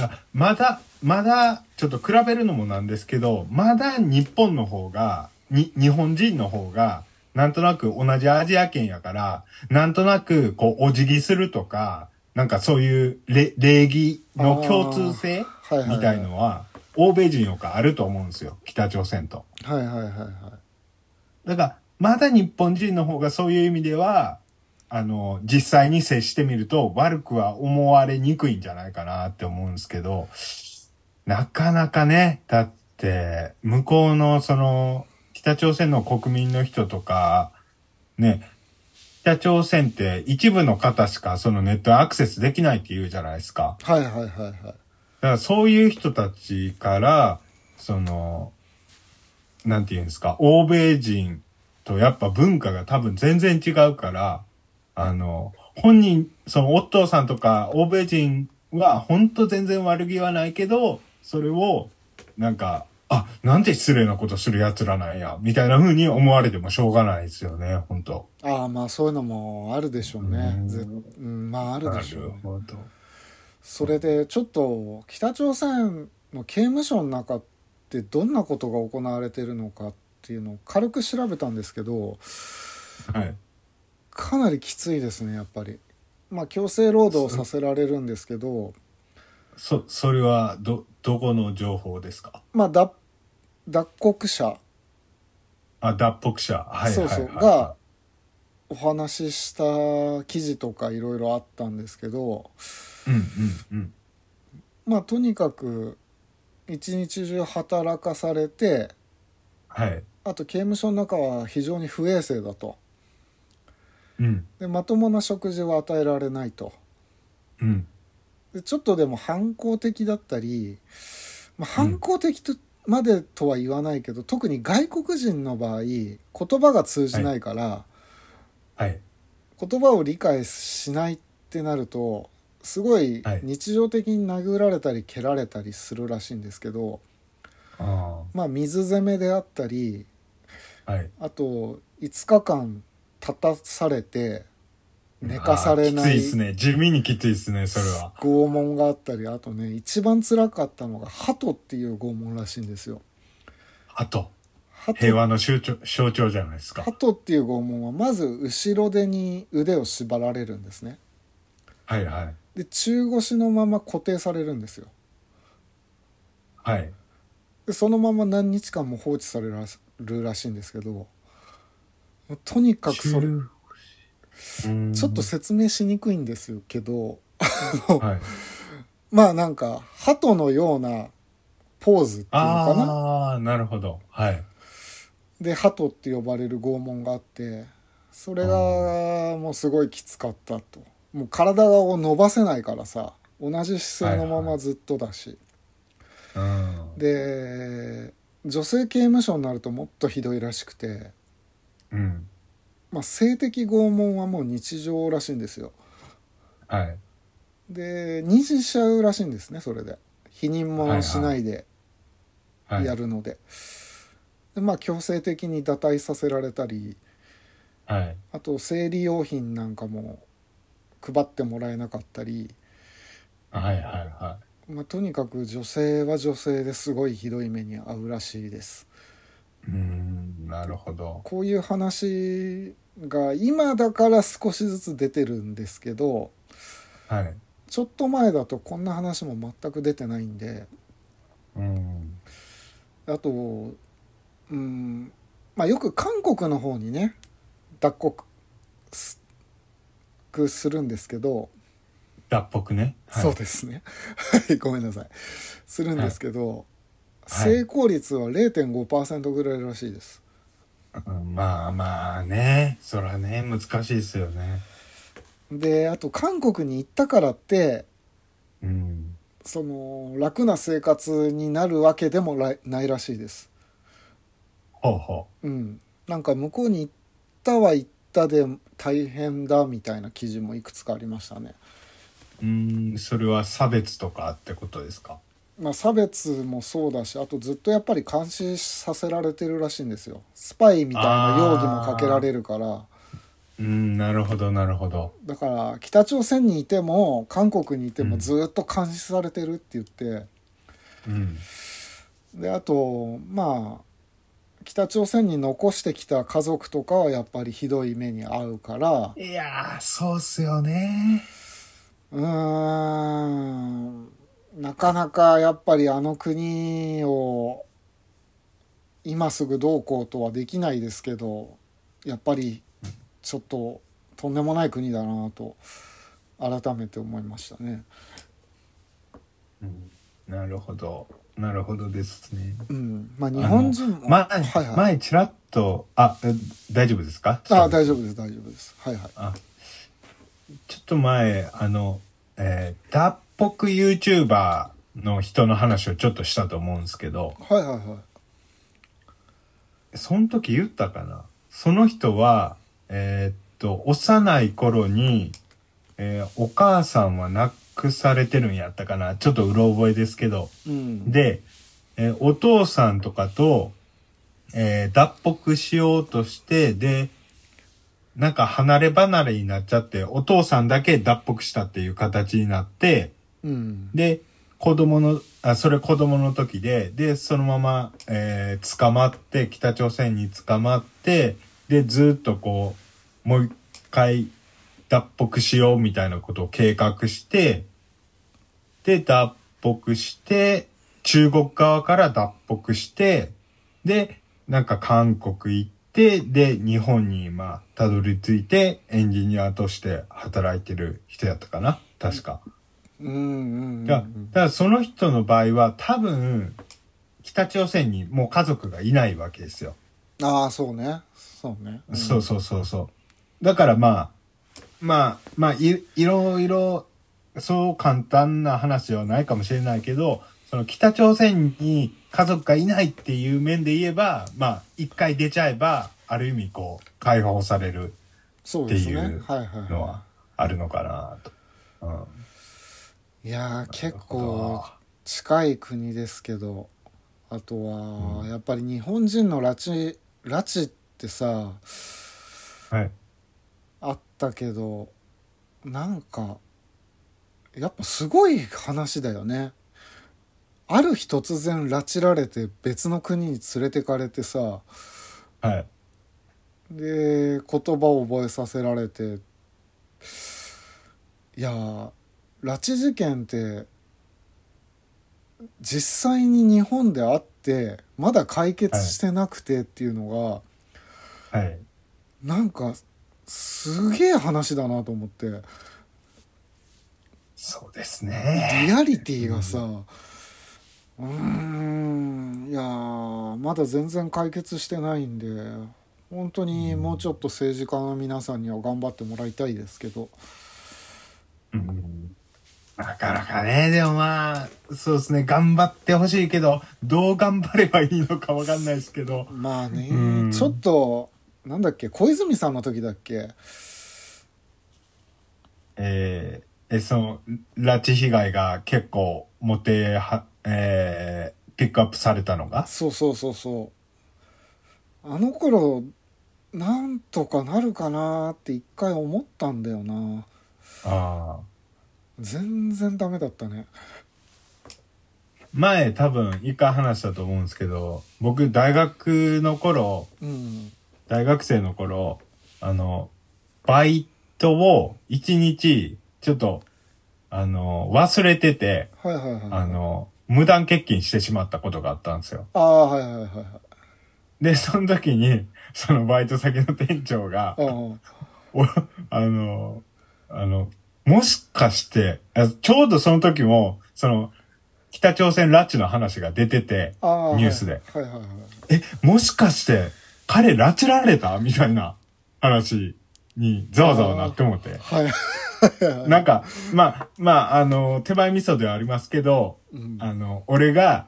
S2: やまだ、まだ、ちょっと比べるのもなんですけど、まだ日本の方が、に、日本人の方が、なんとなく同じアジア圏やから、なんとなく、こう、お辞儀するとか、なんかそういうれ、礼儀の共通性
S1: あーはいはいはい
S2: みたいのは、欧米人よりかあると思うんですよ。北朝鮮と。
S1: はいはいはいはい
S2: だから、まだ日本人の方がそういう意味では、あの、実際に接してみると悪くは思われにくいんじゃないかなって思うんですけど、なかなかね、だって、向こうのその、北朝鮮の国民の人とか、ね、北朝鮮って一部の方しかそのネットにアクセスできないって言うじゃないですか。
S1: はいはいはいはい
S2: だからそういう人たちから、その、なんて言うんですか、欧米人とやっぱ文化が多分全然違うから、あの、本人、その、オットーさんとか欧米人は本当全然悪気はないけど、それを、なんか、あ、なんて失礼なことする奴らなんや、みたいな風に思われてもしょうがないですよね、本当
S1: ああまあそういうのもあるでしょうね
S2: うん
S1: ぜうんまああるでしょうね
S2: ほど。
S1: それでちょっと北朝鮮の刑務所の中ってどんなことが行われているのかっていうのを軽く調べたんですけど
S2: はい。
S1: かなりきついですねやっぱり。まあ強制労働させられるんですけど
S2: そ、それは、ど、どこの情報ですか
S1: まあ脱脱国者
S2: あ、脱北者。はいはい
S1: そう
S2: はい、はい。
S1: そうがお話しした記事とかいろいろあったんですけど
S2: うんうんうん。
S1: まあとにかく一日中働かされて
S2: はい。
S1: あと刑務所の中は非常に不衛生だと。
S2: うん
S1: でまともな食事を与えられないと
S2: うん。
S1: でちょっとでも反抗的だったり、まあ、反抗的と、までとは言わないけど特に外国人の場合言葉が通じないから、
S2: はい。
S1: 言葉を理解しないってなるとすごい
S2: はい
S1: 日常的に殴られたり蹴られたりするらしいんですけど、
S2: あ
S1: まあ、水攻めであったり
S2: あ。はい。
S1: あと5日間立たされて寝かされな
S2: あーきつい
S1: い
S2: ですね。地味にきついですね、それは。
S1: 拷問があったりあとね一番辛かったのが鳩っていう拷問らしいんですよ
S2: あと、平
S1: 鳩
S2: 和の象徴象徴じゃないですか。
S1: 鳩っていう拷問はまず後ろ手に腕を縛られるんですね
S2: はいはい。
S1: で中腰のまま固定されるんですよ
S2: はい。
S1: でそのまま何日間も放置されらしるらしいんですけどもうとにかくそれちょっと説明しにくいんですけど
S2: と、はい、
S1: まあなんか鳩のようなポーズっていうのかな
S2: ああ、なるほど。はい。
S1: で鳩って呼ばれる拷問があってそれがもうすごいきつかったともう体を伸ばせないからさ同じ姿勢のままずっとだし、
S2: うん。
S1: で女性刑務所になるともっとひどいらしくて、
S2: うん。
S1: まあ、性的拷問はもう日常らしいんですよ
S2: はい。
S1: で妊娠しちゃうらしいんですねそれで避妊もしないで
S2: はい。
S1: やるので,、でまあ強制的に堕退させられたり
S2: はい。
S1: あと生理用品なんかも配ってもらえなかったり、
S2: はいはいは
S1: まあ、とにかく女性は女性ですごいひどい目に遭うらしいです
S2: い。うん、なるほど。
S1: こういう話が今だから少しずつ出てるんですけど
S2: はい。
S1: ちょっと前だとこんな話も全く出てないんで
S2: うん。
S1: あとうんまあよく韓国の方にね脱国すするんですけど
S2: ラっぽくね。はい、
S1: そうですね はいごめんなさいするんですけど、
S2: はい
S1: 成功率は0.5%ぐらいらしいです
S2: うんまあまあね、そらね、難しいですよね。
S1: であと韓国に行ったからって
S2: うん。
S1: その楽な生活になるわけでもらないらしいです
S2: ほうほ
S1: うんなんか向こうに行ったは行ったで大変だみたいな記事もいくつかありましたね
S2: う。うん、それは差別とかってことですか。
S1: まあ、差別もそうだしあとずっとやっぱり監視させられてるらしいんですよスパイみたいな容疑もかけられるから
S2: うん、なるほど、なるほど。
S1: だから北朝鮮にいても韓国にいてもずっと監視されてるって言って、
S2: うん。
S1: であとまあ北朝鮮に残してきた家族とかはやっぱりひどい目に遭うから
S2: いやー、そうっすよね。
S1: うーんなかなかやっぱりあの国を今すぐどうこうとはできないですけどやっぱりちょっととんでもない国だなと改めて思いましたね。
S2: うん、なるほど。なるほどですね。
S1: うん、まあ日本人も
S2: 前、
S1: はいはい、
S2: 前ちらっと、あ、え大丈夫ですか
S1: あ大丈夫です大丈夫ですはいはい
S2: あちょっと前、あの、えー、脱北 YouTuber の人の話をちょっとしたと思うんですけど、
S1: はいはいはい
S2: その時言ったかなその人は、えーっと、幼い頃に、えーお母さんは亡くされてるんやったかなちょっとうろ覚えですけど。
S1: うん
S2: で、えーお父さんとかと、えー脱北しようとして、で、なんか離れ離れになっちゃって、お父さんだけ脱北したっていう形になって、
S1: うん
S2: で、子供の、あ、それ子供の時で、で、そのまま、えー捕まって、北朝鮮に捕まって、で、ずっとこう、もう一回脱北しようみたいなことを計画して、で、脱北して、中国側から脱北して、で、なんか韓国行って、で、日本に今、たどり着いて、エンジニアとして働いてる人やったかな確か。
S1: うんうんうん
S2: だだからその人の場合は多分北朝鮮にもう家族がいないわけですよ。
S1: ああそうねそうね、ん
S2: そうそうそうそう。だからまあまあまあいいろいろそう簡単な話はないかもしれないけどその北朝鮮に家族がいないっていう面で言えばまあ一回出ちゃえばある意味こう解放される
S1: そうですね
S2: っていう
S1: はいはい
S2: のはあるのかなと。うん
S1: いやー結構
S2: あ
S1: 近い国ですけどあとは、やっぱり日本人の拉致拉致ってさ
S2: はい。
S1: あったけどなんかやっぱすごい話だよねある日突然拉致られて別の国に連れてかれてさ
S2: はい。
S1: で言葉を覚えさせられていやー拉致事件って実際に日本であってまだ解決してなくてっていうのが、
S2: はい。
S1: なんかすげえ話だなと思って
S2: そうですね。
S1: リアリティがさうーんいやーまだ全然解決してないんで本当にもうちょっと政治家の皆さんには頑張ってもらいたいですけど。
S2: うんなかなかね、でもまあ、そうですね、頑張ってほしいけど、どう頑張ればいいのかわかんないですけど、
S1: まあね、
S2: うん
S1: ちょっとなんだっけ小泉さんの時だっけ
S2: えーえ、その、拉致被害が結構、もては、えーピックアップされたのが、
S1: そうそうそうそうあの頃なんとかなるかなって一回思ったんだよな
S2: あー
S1: 全然ダメだったね
S2: 前多分、一回話したと思うんですけど、僕、大学の頃、
S1: うん
S2: 大学生の頃、あの、バイトを一日、ちょっと、あの、忘れてて、
S1: はいはいはい
S2: あの、無断欠勤してしまったことがあったんですよ。
S1: ああはいはいはいはい
S2: で、その時に、そのバイト先の店長が、
S1: あ
S2: おあの、あの、もしかして、あちょうどその時も、その、北朝鮮拉致の話が出てて、
S1: あ
S2: ニュースで。
S1: はいはいはいはい
S2: え、もしかして、彼拉致られたみたいな話にざわざわなって思って。
S1: はいはいはい
S2: なんか、まあ、まあ、あの、手前味噌ではありますけど、
S1: うん
S2: あの、俺が、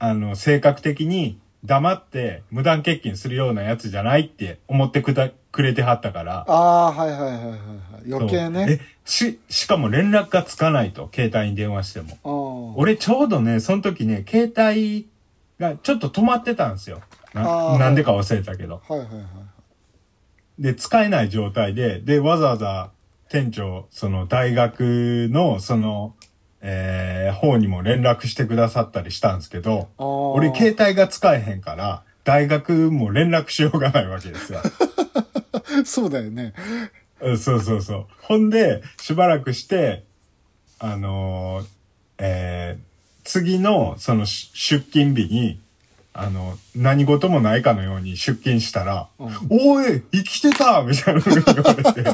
S2: あの、性格的に黙って無断欠勤するようなやつじゃないって思ってくだくれてはったから、
S1: ああーはいはいはいはいはい余計
S2: そう
S1: ね
S2: え、し、しかも連絡がつかないと、携帯に電話しても。
S1: あー
S2: 俺ちょうどね、その時ね、携帯がちょっと止まってたんですよ。
S1: あー
S2: ななんでか忘れたけど。
S1: はいはいはい
S2: で、使えない状態で、で、わざわざ店長、その大学の、その、えー、方にも連絡してくださったりしたんですけど、
S1: あー
S2: 俺携帯が使えへんから、大学も連絡しようがないわけで すよ。
S1: そうだよね
S2: うんそうそうそう。ほんで、しばらくして、あのーえー次の、その、し出勤日に、あの、何事もないかのように出勤したら、
S1: うん
S2: おい、生きてたみたいな風に言われて、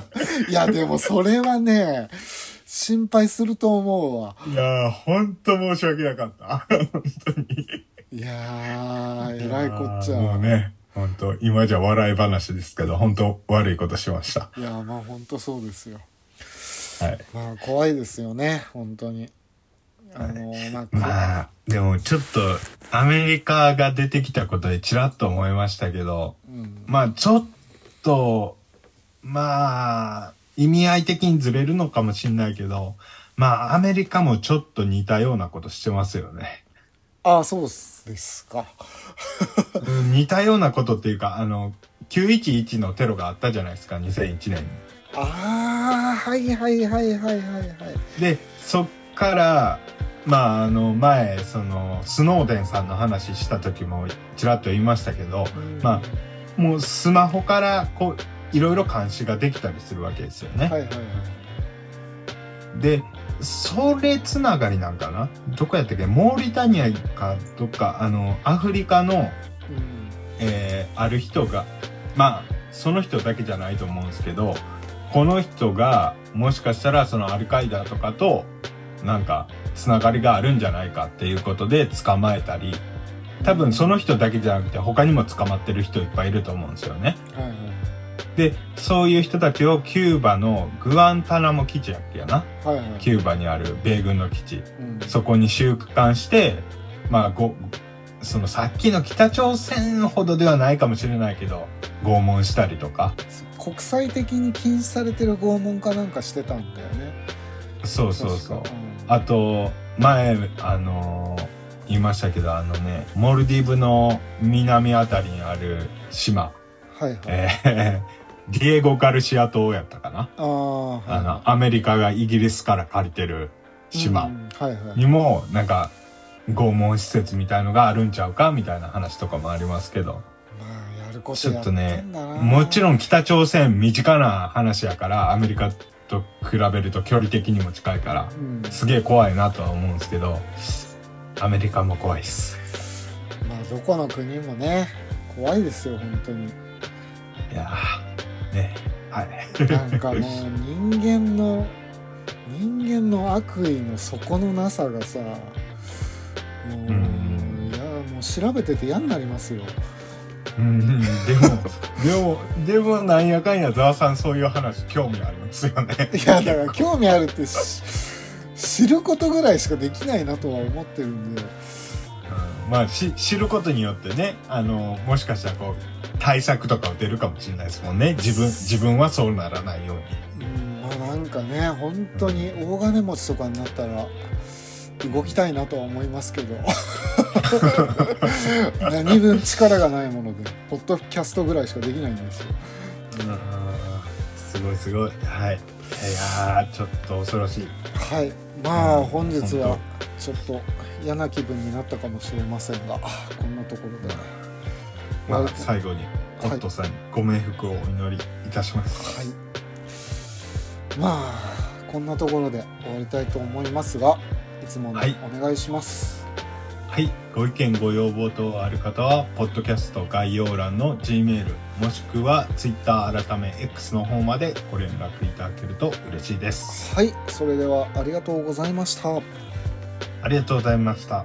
S1: いやでもそれはね心配すると思うわ
S2: いやー、ほんと申し訳なかった。
S1: いやーえらいこっちゃ
S2: いやーもうね、ほんと、今じゃ笑い話ですけど、ほんと悪いことしました。
S1: いやーまあ本当そうですよ
S2: はい。
S1: まあ怖いですよね本当にあのーまあこ
S2: まあ、でもちょっと、アメリカが出てきたことでちらっと思いましたけど、
S1: うん
S2: まあちょっと、まあ、意味合い的にずれるのかもしれないけど、まあアメリカもちょっと似たようなことしてますよね。
S1: ああそうですか
S2: うん似たようなことっていうか、あの、911のテロがあったじゃないですか、2001年に。
S1: ああはいはいはいはいはいはい
S2: で、そっから、まああの前、その、スノーデンさんの話した時もちらっと言いましたけど、
S1: うん
S2: まもうスマホからこういろいろ監視ができたりするわけですよ
S1: は
S2: ね。
S1: いはいはい
S2: でそれつながりなんかなどこやったっけモーリタニアかどっかあのアフリカの、
S1: うん
S2: えーある人がまあその人だけじゃないと思うんですけどこの人がもしかしたらそのアルカイダとかとなんかつながりがあるんじゃないかっていうことで捕まえたり多分その人だけじゃなくて他にも捕まってる人いっぱいいると思うんですよね。
S1: はいはい
S2: で、そういう人たちをキューバのグアンタナモ基地やっけやな。
S1: はいはい
S2: キューバにある米軍の基地。
S1: うん
S2: そこに収監して、まあ、ご、そのさっきの北朝鮮ほどではないかもしれないけど、拷問したりとか。
S1: 国際的に禁止されてる拷問かなんかしてたんだよね
S2: そうそうそう
S1: 確。かん
S2: あと、前、あのー言いましたけど、あのね、モルディブの南あたりにある島、
S1: はいはい、
S2: えー ディエゴ・ガルシア島やったかな。
S1: ああはい
S2: あの、アメリカがイギリスから借りてる
S1: う
S2: 島
S1: んはいはい
S2: にも、なんか、拷問施設みたいのがあるんちゃうかみたいな話とかもありますけど。
S1: まあやることやってんだな
S2: もち
S1: ん
S2: ろん北朝鮮身近な話やから、アメリカと比べると距離的にも近いから、
S1: うん、
S2: すげえ怖いなとは思うんですけど、アメリカも怖いっす。
S1: まあどこの国もね怖いですよ本当 に
S2: いやー、ね、はい。
S1: なんかもう人間の人間の悪意の底のなさがさもう、
S2: ん
S1: いやもう調べてて嫌になりますよ
S2: うん、でも、でも、でもなんやかんや、ざわさんそういう話興味ありますよね。
S1: いやだから興味あるってし知ることぐらいしかできないなとは思ってるんで
S2: うんまあし知ることによってねあのもしかしたらこう対策とかを出るかもしれないですもんね自分自分はそうならないように
S1: うんまあなんかね本当に大金持ちとかになったら動きたいなとは思いますけど 何分力がないものでポッドキャストぐらいしかできないんですよ
S2: すごいすごいはいいやーちょっと恐ろしい
S1: はいまあ
S2: うん
S1: 本日は
S2: 本
S1: ちょっと嫌な気分になったかもしれませんがこんなところでは
S2: ま
S1: な
S2: あ
S1: るほど
S2: 最後に
S1: い
S2: ホットさんにご冥福をお祈りいたします
S1: いまあこんなところで終わりたいと思いますがいつもの
S2: はい
S1: お願いします、
S2: はい、はい。ご意見、ご要望等ある方は、ポッドキャスト概要欄の Gmail、もしくは Twitter 改め X の方までご連絡いただけると嬉しいです。
S1: はいそれではありがとうございました
S2: ありがとうございました。